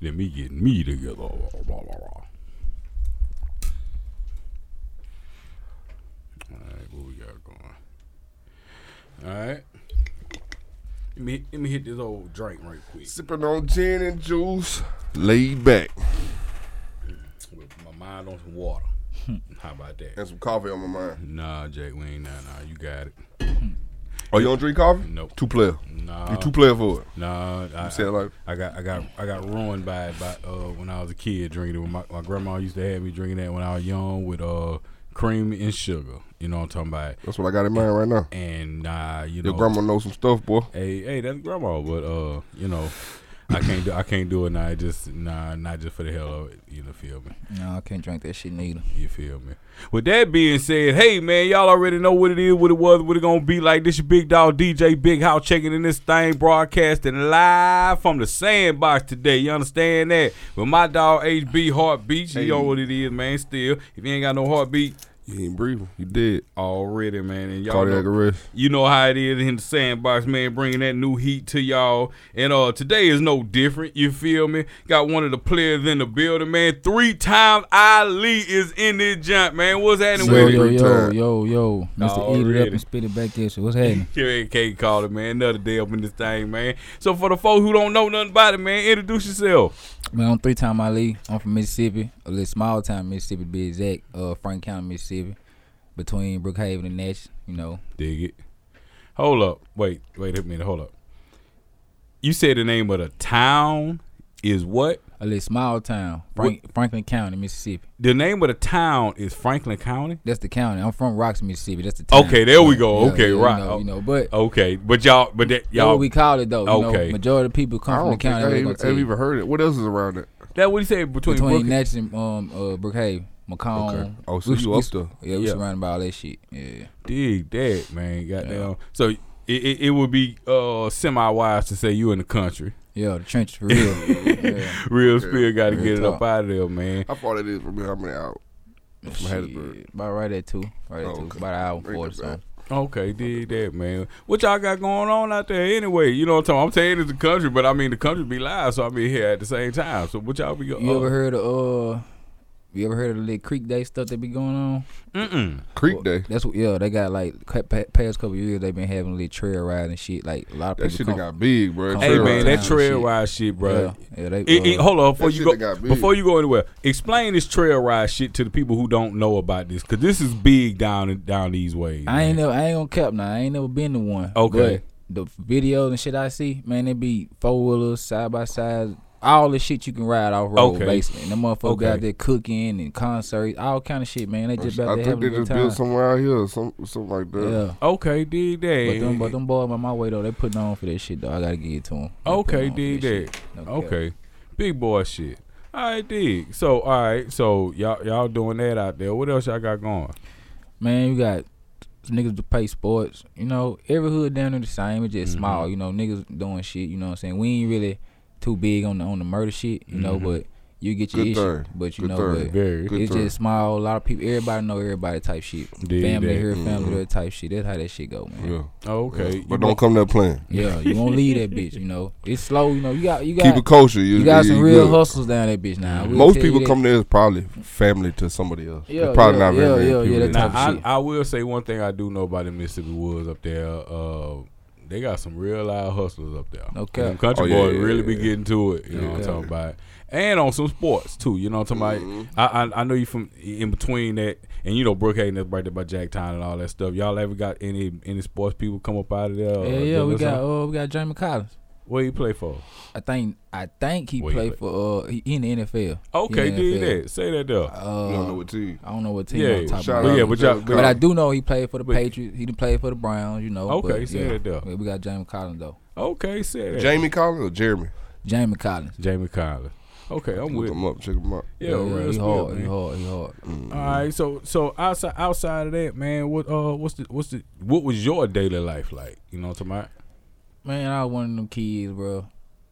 Let me get me together. Blah, blah, blah, blah. Alright, what we got going? Alright. Let me, let me hit this old drink right quick. Sipping on gin and juice. Laid back. With my mind on some water. Hmm. How about that? And some coffee on my mind. Nah, Jake, we ain't nah, nah. You got it. Oh, you don't drink coffee? Nope. Two player. Nah. You two player for it. Nah, I, said like- I got I got I got ruined by it by uh when I was a kid drinking it. When my, my grandma used to have me drinking that when I was young with uh cream and sugar. You know what I'm talking about? That's what I got in mind right now. And nah, you know Your grandma knows some stuff, boy. Hey, hey, that's grandma, but uh, you know, I can't do I can't do it now. It just nah, not just for the hell of it. You know, feel me? No, I can't drink that shit neither. You feel me? With that being said, hey man, y'all already know what it is, what it was, what it gonna be like. This your big dog DJ Big House checking in this thing, broadcasting live from the sandbox today. You understand that? With my dog HB Heartbeat, you know what it is, man. Still, if you ain't got no heartbeat You ain't breathing. You dead. already, man, and y'all Cardiac know, arrest. you know how it is in the sandbox, man, bringing that new heat to y'all. And uh today is no different, you feel me? Got one of the players in the building, man. Three time Ali is in this jump, man. What's happening Well, Yo, with it? yeah. yo, yo, Time. yo, yo. Mr. Eat it Already. up and spit it back this. What's happening? You can't call it, man. Another day up in this thing, man. So for the folks who don't know nothing about it, man, introduce yourself. Man, I'm three time Ali. I'm from Mississippi, a little small town Mississippi to be exact, uh, Frank County, Mississippi, between Brookhaven and Nash. You know, Dig it. Hold up. Wait, wait a minute. Hold up. You said the name of the town is what? a little small town, Frank, Franklin County, Mississippi. The name of the town is Franklin County. That's the county. I'm from Rocks, Mississippi. That's the town. Okay, there we go. Okay, you right. know, Oh. You know, but Okay, but y'all, but that, y'all, y'all, what we call it though. You Okay. know, majority of people come I from the don't think county. I they ain't, gonna ain't tell you. even heard it. What else is around it? that what he said between, between Brooklyn. Natchez and um, uh, Brookhaven, Macomb. Okay. Oh, so We- you we- up there. Yeah, we Yeah. surrounded by all that shit. Yeah. Dig that, man. Goddamn. So it, it, it would be uh semi wise to say you in the country. Yeah, the trench for real. yeah. Real spill got to Real get it up talk. out of there, man. How far that is from here? How many out? From Hattiesburg. Shit, About right at two. Right at Oh, two. okay. About an hour and Bring forty it back. something. Okay, dig that, man. What y'all got going on out there anyway? You know what I'm talking. I'm saying it's the country, but I mean the country be live, so I be here at the same time. So what y'all be going? You Oh. ever heard of uh you ever heard of the little Creek Day stuff that be going on? Mm-mm. Creek Day. That's what yeah, they got like cu- pa- past couple years they've been having a little trail ride and shit. Like a lot of people That shit done come- got big, bro. come Hey Trail man, ride that and trail shit. ride shit, bro. Yeah, yeah, they It, it, uh, hold on before that you shit go that got big. before you go anywhere. Explain this trail ride shit to the people who don't know about this, cause this is big down down these ways. I ain't man. never, I ain't gonna cap now. I ain't never been to one. Okay. But the videos and shit I see, man, they be four wheelers, side by side, all the shit you can ride off road Okay. basically. And them motherfuckers Okay. out there cooking and concerts, all kind of shit, man. They just about I to think have they a good just time. built somewhere out here, or some something like that. yeah. Okay, dig that. But them, but them boys by my way though, they putting on for that shit though. I gotta give it to them. okay, dig that. Okay, big boy shit. All right, dig. So all right, so y'all y'all doing that out there? What else y'all got going? Man, you got niggas to play sports. You know, every hood down there the same. It's just small. You know, niggas doing shit. You know what I'm saying? We ain't really too big on the on the murder shit. You know, but you get your Good issue. thing. But you Good know, thing. but Very. Good it's thing. just small. A lot of people. Everybody know everybody type shit. Dig family that. here, family Mm-hmm. there type shit. That's how that shit go, man. Yeah. Okay, But don't come there playing. Yeah, you won't leave that bitch. You know, it's slow. You know, you got you got Keep it kosher. you got you some real good. hustlers down that bitch now. I will Most tell you people that. come there is probably family to somebody else. Yeah, Yeah, probably yeah, not very yeah, many yeah, people. yeah, that- Now type of I, shit. I will say one thing I do know about the Mississippi Woods up there. Uh, they got some real loud hustlers up there. Okay. Them country Oh, yeah, boys yeah, really be yeah. getting to it. You know what I'm Okay. talking about. And on some sports too. You know what I'm talking Mm-hmm. about. I, I I know you from in between that, and you know Brookhaven that's right there by Jacktown and all that stuff. Y'all ever got any any sports people come up out of there? or Yeah, yeah, we doing got something? uh, we got Jamie Collins. What you play for? I think I think he Where he played for uh he, he in the NFL. Okay, He in the did NFL. that. Say that though. Uh, You don't know what team. I don't know what team yeah, I'm talking shout about. but out yeah, to but y'all, Jeff but But I y'all- do know he played for the But- Patriots. He done played for the Browns, you know. Okay, but, say yeah, that though. Yeah, We got Jamie Collins though. okay, say that. Jamie Collins or Jeremy? Jamie Collins. Jamie Collins. Okay, I'm Look with. him up. Check him out. Yeah, real he spill, hard, man. he hard, he hard. All right, so so outside outside of that, man, what uh what's the what's the what was your daily life like? You know what I'm talking about? Man, I was one of them kids, bro.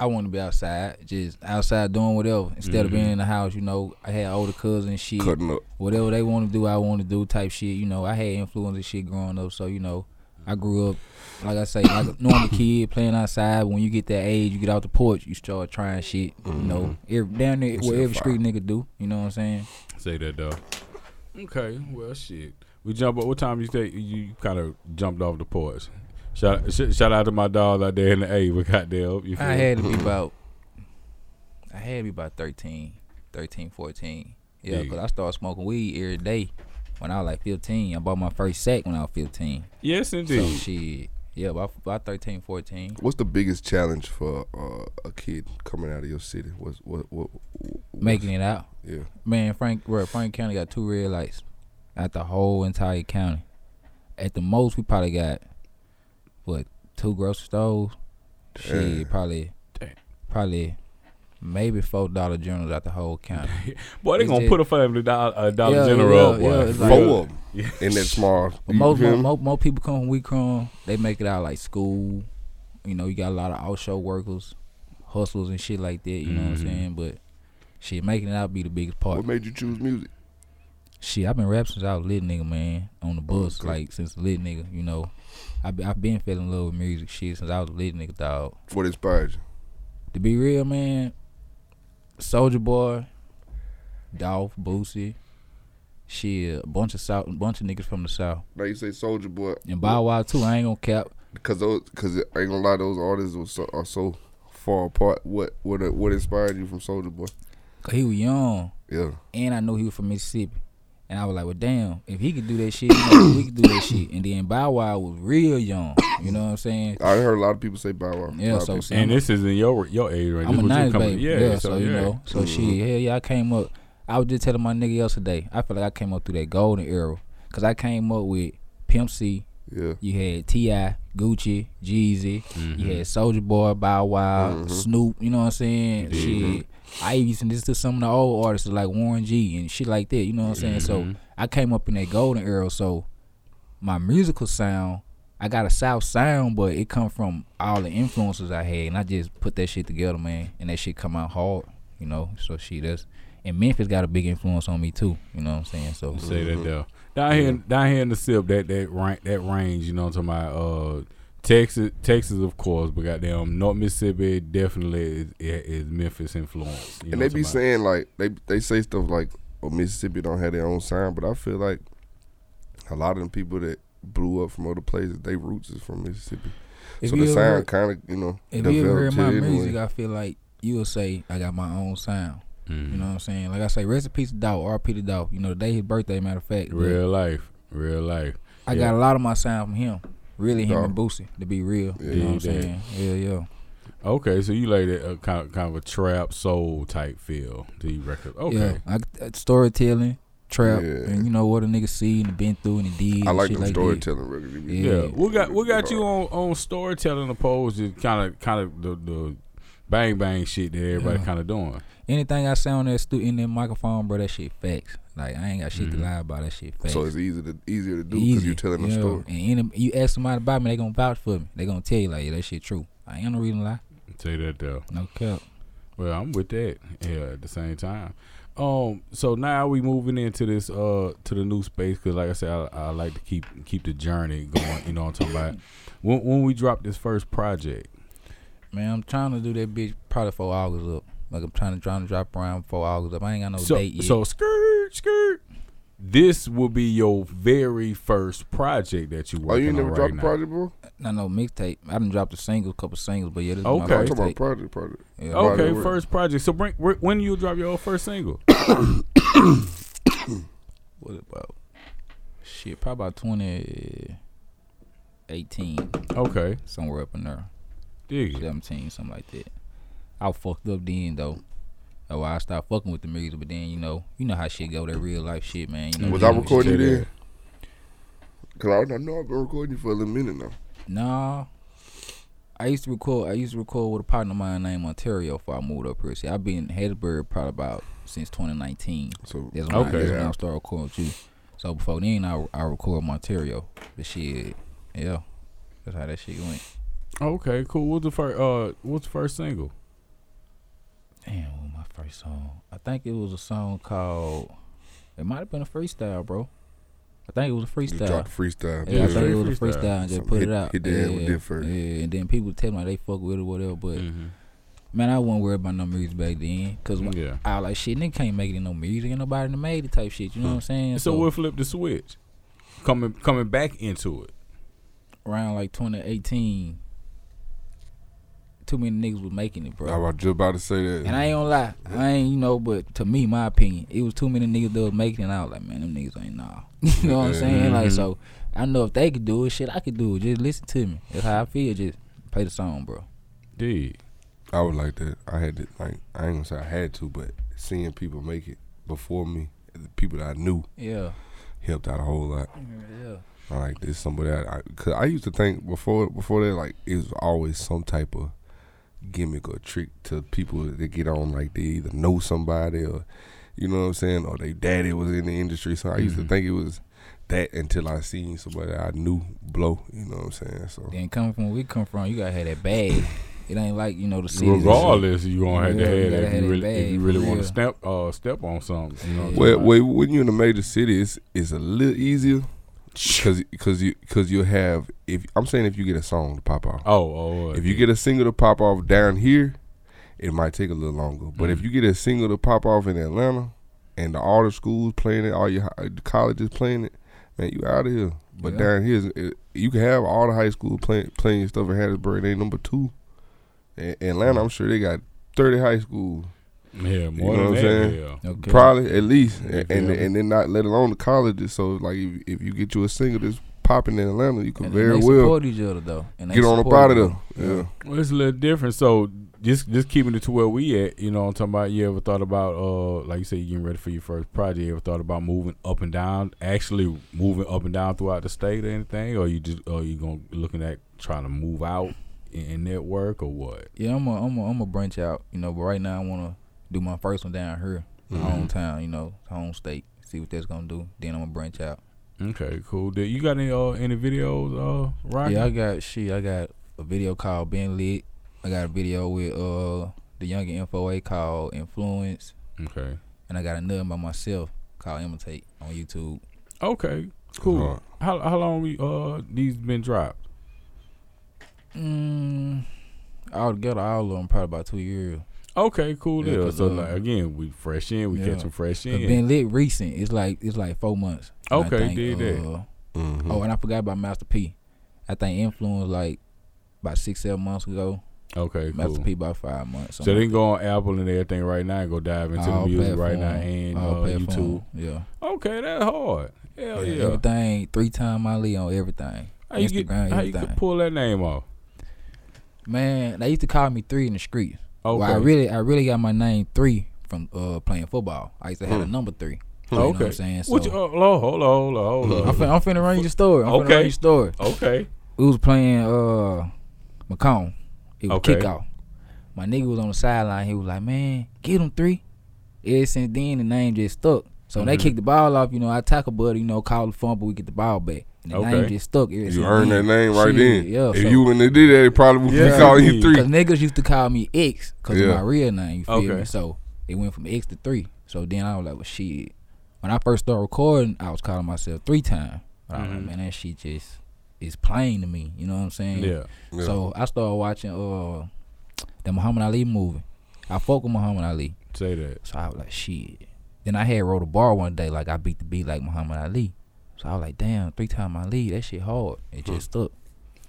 I want to be outside, just outside doing whatever instead Mm-hmm. of being in the house. You know, I had older cousins and shit. Cutting up. whatever they want to do, I want to do type shit. You know, I had influence and shit growing up, so you know, I grew up, like I say, like a normal kid playing outside. When you get that age, you get out the porch, you start trying shit. You know, every, down there, Mm-hmm. That what shit fire. every street nigga do. You know what I'm saying? Say that though. Okay, well shit. We jump up. What time you say you kind of jumped off the porch? Shout sh- shout out to my dogs out there in the A. We got there. You feel I me? had to Mm-hmm. be about, I had to be about 13, 13, 14. Yeah, Yeah. because I started smoking weed every day when I was like 15. I bought my first sack when I was 15. yes, So indeed. shit, yeah, about, about 13, 14. What's the biggest challenge for uh, a kid coming out of your city? What's what what? what Making it out. yeah. Man, Frank, bro, Frank County got two red lights at the whole entire county. At the most, we probably got what two grocery stores. Shit, Damn. probably, Damn. probably, maybe four Dollar Generals at the whole county. boy, they It's gonna it. put a family dollar, uh, dollar Yeah, general up, yeah, yeah, boy. it's Four like- Really. of them in that small. But you most, feel most, me? most, most people come from we come, they make it out like school. You know, you got a lot of offshore workers, hustlers and shit like that. You know what I'm Mhm. saying? But shit, making it out be the biggest part. What made you choose music? Shit, I've been rap since I was a little nigga, man. On the bus, Okay. like since a little nigga, you know. I've been, I've been fell in love with music shit since I was a little nigga, dog. What inspired you? To be real, man, Soldier Boy, Dolph, Boosie, shit, a bunch of south, bunch of niggas from the south, Now you say Soldier Boy and Bow Wow too. I ain't gonna cap. because those because I ain't gonna lie, those artists were so, are so far apart. What what what inspired you from Soldier Boy? 'cause he was young, Yeah, and I knew he was from Mississippi, and I was like, well, damn, if he could do that shit, you know, we could do that shit. And then Bow Wow was real young, you know what I'm saying? I heard a lot of people say Bow Wow. A Yeah, lot of so people. see, And this is in your your age right I'm This what a you nineties coming- baby. Yeah, Yeah, so, you yeah. Mm-hmm. know, so shit, hell yeah, I came up. I was just telling my nigga yesterday. I feel like I came up through that golden era, cause I came up with Pimp C. yeah, You had Ti, Gucci, Jeezy. You Mhm. Mm-hmm. had Soldier Boy, Bow Wow, Mhm. Snoop. You know what I'm saying? Yeah. Mm-hmm. Shit. I even listened to some of the old artists like Warren G and shit like that. You know what I'm saying? So Mm-hmm. Mhm. I came up in that golden era. So my musical sound, I got a South sound, but it come from all the influences I had, and I just put that shit together, man, and that shit come out hard, you know. So shit, that's and Memphis got a big influence on me too. You know what I'm saying? So Say that though. Down here, down here in the sip, that that rank, that range, you know, what I'm talking about uh, Texas, Texas, of course, but goddamn North Mississippi definitely is, is Memphis influence. You and know what they I'm be talking saying like they they say stuff like, "Oh, Mississippi don't have their own sound," but I feel like a lot of the people that blew up from other places, they roots is from Mississippi. if so you the ever, sound kind of you know if developed you ever hear it my anyway. music, I feel like you'll say I got my own sound. about. Mhm. You Mm-hmm. know what I'm saying? Like I say, rest in peace, to Dog. R.P. to Dog. You know, today his birthday, matter of fact. but real life, real life. I yeah. got a lot of my sound from him. Really, him Dog. and Boosie, to be real. Yeah, you know what I'm he did. saying? Yeah, yeah. Okay, so you like that uh, kind, kind of a trap soul type feel to you record. Yeah, Okay, I, uh, storytelling, trap, Yeah. and you know what a nigga seen and been through and did. I and like shit them like that. storytelling records. They be- yeah. Yeah. We got we got you on on storytelling opposed to kind of kind of the the bang bang shit that everybody Yeah. kind of doing. Anything I say on that stu- in that microphone, bro, that shit facts. Like I ain't got shit Mhm. to lie about. That shit facts. Mm-hmm. So it's easy to easier to do because you're telling yeah. a story. And any, you ask somebody about me, they gonna vouch for me. They gonna tell you like yeah, that shit true. I ain't no reason to lie. Say that though. No cap. Well, I'm with that. Yeah, at the same time. Um, so now we moving into this uh to the new space because, like I said, I, I like to keep keep the journey going. You know what I'm talking about. When when we drop this first project, Man, I'm trying to do that bitch probably for August up. Like I'm trying to trying to drop around for August up. I ain't got no so Oh, date yet. so skirt skirt. This will be your very first project that you Oh, working you ain't on never right dropped now. a project, bro? I know mixtape. I done dropped a single, couple singles, but yeah, this is Okay. my I'm first talking about tape. project, project. Yeah. Oh. Okay, Right, right. first project. So bring wh- when you drop your first single? What about? Shit, probably about 2018, Okay, somewhere up in there. dig it. 17, something like that. I was fucked up then, though. Oh, I stopped fucking with the music, but then, you know, you know how shit go, that real life shit, man. You know, Was Mhm. I You recording you said then? Cause I don't know I've been recording you for a little minute now. Nah. I used to record. I used to record with a partner of mine named Ontario before I moved up here. See, I've been in Hattiesburg probably about since 2019. So That's when, Okay. I, that's when Yeah. I started recording with you. So before then, I I record Ontario. But shit, yeah, that's how that shit went. Okay, cool. What's the first uh what's the first single? Damn, what was my first song? I think it was a song called. It might have been a freestyle, bro. I think it was a Just freestyle. drop the freestyle. Yeah, I Yeah, think it was a freestyle. freestyle and just Something put hit- it out. hit the yeah, head with that first. yeah, and then people tell me they fuck with it or whatever. But Mhm. man, I wasn't worried about no music back then, cause when- Yeah. I was like, shit, nigga can't make it in no music, and nobody done made it type shit. You know Hmm. what I'm saying? So we'll flip the switch, coming coming back into it. around like 2018, too many niggas was making it, bro. I was just about to say that. And I ain't gonna lie, I ain't you know, but to me, my opinion, it was too many niggas that was making it. And I was like, man, them niggas ain't nah. you know what I'm saying? Like Mhm. so, I know if they could do it, shit, I could do it. Just listen to me. That's how I feel. Just play the song, bro. Dude. I would like that. I had to like I ain't gonna say I had to, but seeing people make it before me, the people that I knew Yeah, helped out a whole lot. yeah. I like this somebody that I cause I used to think before before that like it was always some type of gimmick or trick to people that get on like they either know somebody or you know what I'm saying or they daddy was in the industry. So I used to Mm-hmm. Mhm. think it was that until I seen somebody I knew blow. You know what I'm saying? So Then coming from where we come from, you gotta have that bag. it ain't like you know the city. Regardless, you gonna have Yeah, to you have gotta that if have you that really, if bag, you really for want to real. step uh step on something. You know what I'm Yeah. Well, saying? well, when you're in a major city, it's, it's a little easier because because you because you'll have if I'm saying if you get a song to pop off, oh, oh, oh, if you get a single to pop off down here, it might take a little longer. But if Mhm. you get a single to pop off in Atlanta, and the, all the schools playing it, all your hi- the colleges playing it, man, you out of here. But Yeah. down here, it, you can have all the high school playing playing your stuff in Hattiesburg. They number two. A- Atlanta, I'm sure they got thirty high schools. yeah, more than know what I'm that, saying? yeah. Okay. Probably at least, Yeah, and and, yeah. and then not let alone the colleges. So like, if, if you get you a single that's popping in Atlanta, you can And very they well support each other though. And they get on up support out each of other. there. Yeah. Well, it's a little different. So just just keeping it to where we at, you know, what I'm talking about. You ever thought about uh, like you said, you getting ready for your first project? You ever thought about moving up and down, actually moving up and down throughout the state or anything, or you just or you gonna looking at trying to move out and, and network or what? Yeah, I'm a, I'm a, I'm a branch out, you know. But right now, I wanna do my first one down here, Mm-hmm. Mhm. hometown, you know, home state. See what that's gonna do. Then I'm gonna branch out. Okay, cool. Did you got any uh any videos uh right? Yeah, I got shit. I got a video called Being Lit. I got a video with uh the younger InfoA called Influence, Okay. and I got another by myself called Imitate on YouTube. Okay. Cool. Uh-huh. Alright. How how long we, uh these been dropped? Mm, all together, all of them probably about two years. Okay, cool. Yeah, Yeah. 'cause, so uh, like, again, we fresh in. We yeah. catch them fresh But in. Being Lit recent. It's like it's like four months. And I Okay, did that. uh, Mhm. Oh, and I forgot about Master P. I think Influence like about six seven months ago. okay, cool. Master P about five months. So they something can go on Apple and everything right now and go dive like into that. All the music right now platform, and uh, all YouTube. platform, Yeah. Okay, that's hard. Hell yeah. yeah. Everything three time my lead on everything. How you get Instagram, how you could everything. pull that name off? Man, they used to call me three in the street. Okay. Well, I really I really got my name three from uh playing football. I used to have a Hmm. number three. Hmm. You know what Okay. I'm saying? So what you, oh, hold on, hold on, hold on, I'm, hold fin- I'm finna run you the story. I'm finna Okay. Oh. run you the story. on. Okay. We was playing uh Macomb. It was Okay. kickoff. My nigga was on the sideline. He was like, "Man, get him three. Ever since then, the name just stuck. So when they Mhm. kicked the ball off, you know, I tackle buddy, you know, call the fumble, we get the ball back. And the Okay. name just stuck. Ever You since earn that then. name right Shit, then. Yeah. if so- you wouldn't have did that, it probably would Yeah. be calling you Cause three. niggas used to call me X because Yeah. of my real name. You feel Okay. me? So it went from X to three. So then I was like, well, shit. When I first started recording, I was calling myself three time. But I was Mhm. like, man, that shit just is plain to me. You know what I'm saying? Yeah. Yeah. So I started watching uh the Muhammad Ali movie. I fuck with Muhammad Ali. Say that. So I was like, shit. Then I had wrote a bar one day, like I beat the beat like Muhammad Ali. So I was like, damn, three time Ali, that shit hard. It just stuck.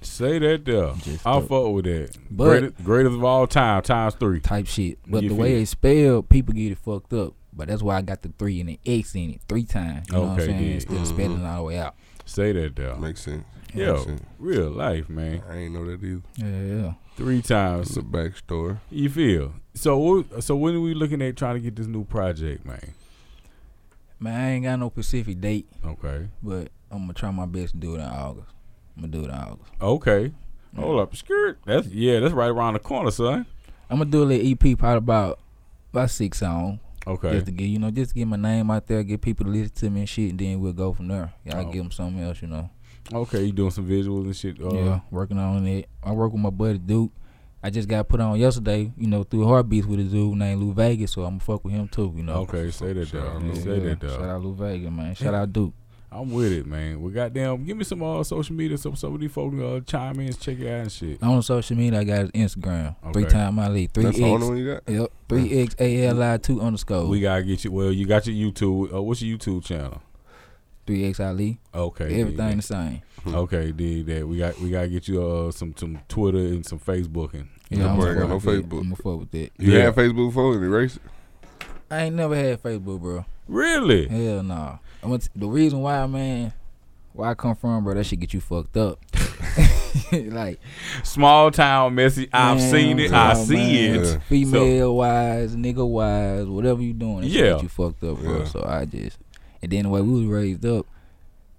Say that there. Just I the- fuck with that. But- greatest, greatest of all time, times three. type shit. But You the feel- way it's spelled, people get it fucked up. But that's why I got the three and the X in it three times. You know what I'm Okay, saying? yeah. Instead of spelling it all the way out. Say that there. Makes sense. Yo, Makes sense. real life, man. I ain't know that either. Yeah, yeah. Three times. It's a Mm-hmm. backstory. You feel? So what- so when are we looking at trying to get this new project, man? Man, I ain't got no specific date, Okay. but I'm gonna try my best to do it in August. I'm gonna do it in August. Okay. Hold up, skirt. That's yeah, that's right around the corner, son. I'm gonna do a little EP probably about about six songs. Okay. Just to get you know, just to get my name out there, get people to listen to me and shit, and then we'll go from there. Y'all Oh. give them something else, you know. Okay, you doing some visuals and shit. Uh, yeah, working on it. I work with my buddy Duke. I just got put on yesterday, you know, through Heartbeats with a dude named Lou Vegas, so I'm gonna fuck with him too, you know. Okay, say that Shout though. out You Lil Say that Shout though. out Lou Vegas, man. Shout out Duke. I'm with it, man. We goddamn give me some uh, social media so some of these folks can uh, chime in, check it out and shit. On social media, I got is Instagram. Three Okay. time my league. Three That's the only X. one you got. Yep. Three X A L I two underscore. We gotta get you. Well, you got your YouTube. Uh, what's your YouTube channel? Three X Ali. Okay, dig Everything the that. same. Okay, dig that. We got we gotta get you uh some some Twitter and some Facebooking. That You know, boy I'm ain't got gonna no fuck with that. Facebook. I'm gonna fuck with that. You Yeah. had Facebook before and erased it. I ain't never had Facebook, bro. Really? Hell no. I went the reason why, man, where I come from, bro, that shit get you fucked up. like Small town messy. I've man, seen it. I oh, see man. it. Female wise, nigga wise, whatever you doing, that shit Yeah. get you fucked up, bro. Yeah. So I just and then the way we was raised up,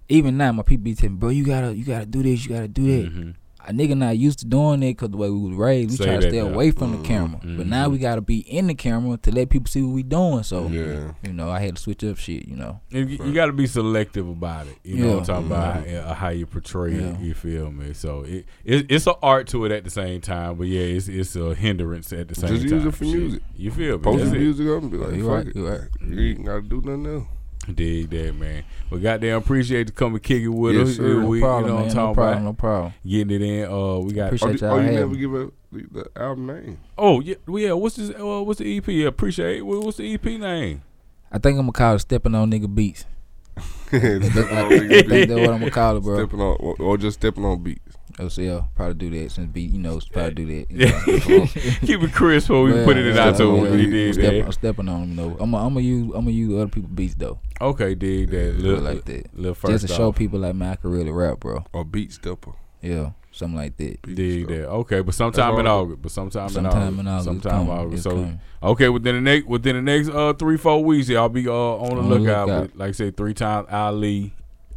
even now my people be telling, me, bro, you gotta you gotta do this, you gotta do that. Mhm. a nigga not used to doing it because the way we was raised, we Say try to that stay now. away from Mhm. the camera. But now Mhm. we gotta be in the camera to let people see what we doing. So Yeah. you know, I had to switch up shit. You know, And You, you got to be selective about it. You know what I'm talking about? How, uh, how you portray Mm-hmm. Yeah. it. You feel me? So it, it it's an art to it at the same time, but yeah, it's it's a hindrance at the same Just time. use it for Shit. music. You feel me? Post That's the it. music up and be like, You fuck right, it. you right. You ain't gotta do nothing else. Dig that, man. But goddamn, appreciate you coming kick it with Yes, us. sir. We, you know what I'm man, talking no problem, about? no problem. Getting it in. Uh, we got. Oh, Appreciate you, y'all oh, you having never me. give up the, the album name. Oh yeah, well, yeah. What's this? Uh, what's the EP? Yeah, appreciate. What- What's the EP name? I think I'm gonna call it stepping on nigga beats. stepping on, I niggas' think beats. that's what I'm gonna call it, bro. stepping on or, or just stepping on beats. Oh, so yeah, probably do that since beat, you know, probably do that. Yeah. Keep it crisp before we Well, put it yeah, out to yeah, them. yeah. We dig Step- I'm that. stepping on them though. I'm gonna use I'm gonna use other people's beats though, Okay, dig that. Look, like that, Look first just to show off. people like man, I can really rap, bro. Or beat stepper. Yeah, something like that. Beat Dig stepper. that. Okay, but sometime in all. August. But sometime, Sometime in August, Sometime in come, August. it's So coming. okay, within the next within the next uh three four weeks, y'all be uh on the On the lookout. lookout. But Like I said, three times Ali,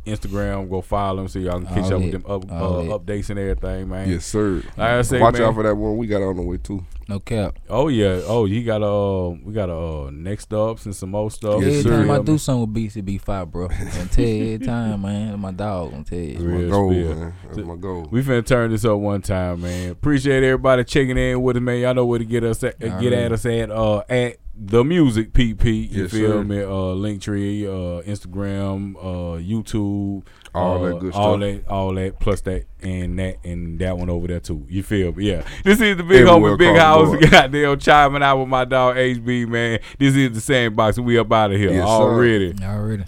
Instagram. Go follow him so y'all can catch All up it. with them up, uh, All it. updates and everything, man. Yes, sir. Like I say, Watch man. out for that one we got on the way too. No cap. Oh yeah. Oh, you got uh, we got uh, next ups and some more stuff. Yes, every sir. time I Yeah, do something with beats, it be fire, bro. I'm tell you every time, man. That's My dog, I'm tell That's you. my Real goal, spill. man. That's So- my goal. We finna turn this up one time, man. Appreciate everybody checking in with us, man. Y'all know where to get us at, All get right. at us at uh at the music PP. You Yes, feel sir. me? Uh, Linktree, uh, Instagram, uh, YouTube, All uh, that good all stuff. that, all that, plus that and that and that one over there too. You feel me? Yeah. This is the big Everywhere homie, big across house. the Goddamn, chiming out with my dog HB, man. This is the sandbox. We up out of here Yes, sir. already. Already.